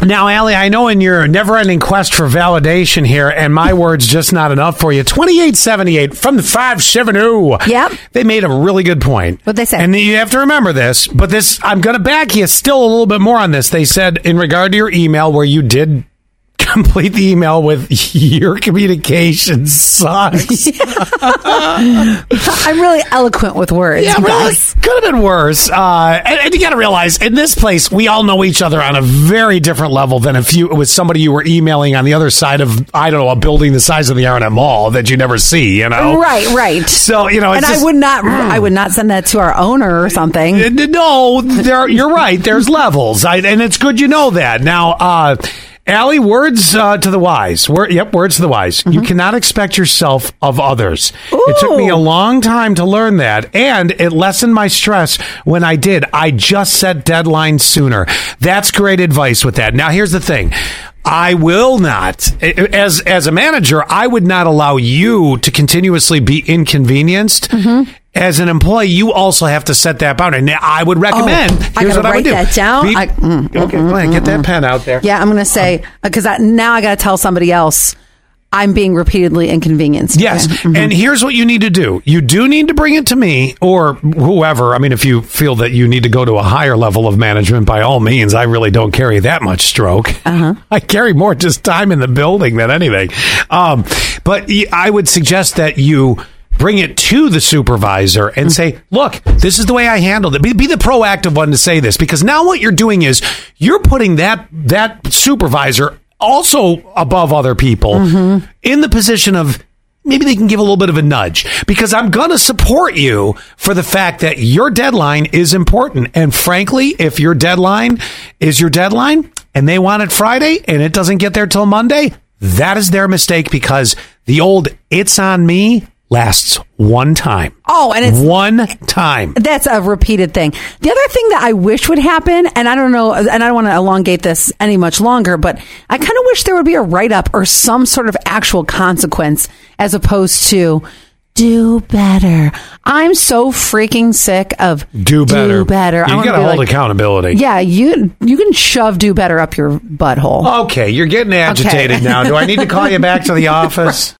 Now, Allie, I know in your never ending quest for validation here, and my word's just not enough for you. 2878 from the 570. Yep. They made a really good point. What'd they say? And you have to remember this, but this, I'm going to back you still a little bit more on this. They said in regard to your email where you did complete the email with your communication sucks. I'm really eloquent with words. Yeah, you really, guys. could have been worse. Uh, and, and you got to realize, in this place, we all know each other on a very different level than if you it was somebody you were emailing on the other side of I don't know a building the size of the R&M Mall that you never see. You know, Right, right. Oh. So you know, it's and just- Mm. I would not, I would not send that to our owner or something. Uh, No, there, you're right. There's levels, I, and it's good you know that. Now, uh, Allie, words uh, to the wise. Wor- yep, words to the wise. You Mm-hmm. cannot expect yourself of others. It took me a Ooh. long time to learn that, and it lessened my stress when I did. I just set deadlines sooner. That's great advice with that. Now, here's the thing. I will not as as a manager I would not allow you to continuously be inconvenienced Mm-hmm. as an employee you also have to set that boundary now I would recommend Oh, I here's gotta what I would write do that down. Be- I- mm, okay go ahead, get that pen out there Yeah, I'm going to say Um. because I now I got to tell somebody else I'm being repeatedly inconvenienced. Yes. Mm-hmm. Okay. And here's what you need to do. You do need to bring it to me or whoever. I mean, if you feel that you need to go to a higher level of management, by all means, I really don't carry that much stroke. Uh-huh. I carry more just time in the building than anything. Um, but y- I would suggest that you bring it to the supervisor and say, look, this is the way I handled it. Be, be the proactive one to say this because now what you're doing is you're putting that, that supervisor also above other people in the position of maybe they can give a little bit of a nudge because I'm going to support you for the fact that your deadline is important. And frankly, if your deadline is your deadline and they want it Friday and it doesn't get there till Monday, that is their mistake because the old it's on me lasts one time. Oh, and it's one time. that's a repeated thing. The other thing that I wish would happen, and I don't know, and I don't want to elongate this any much longer, but I kind of wish there would be a write up or some sort of actual consequence as opposed to do better. I'm so freaking sick of Do better. Do better. I You wanna got to be hold like, accountability. Yeah, you you can shove do better up your butthole. Okay, you're getting agitated now. Do I need to call you back to the office?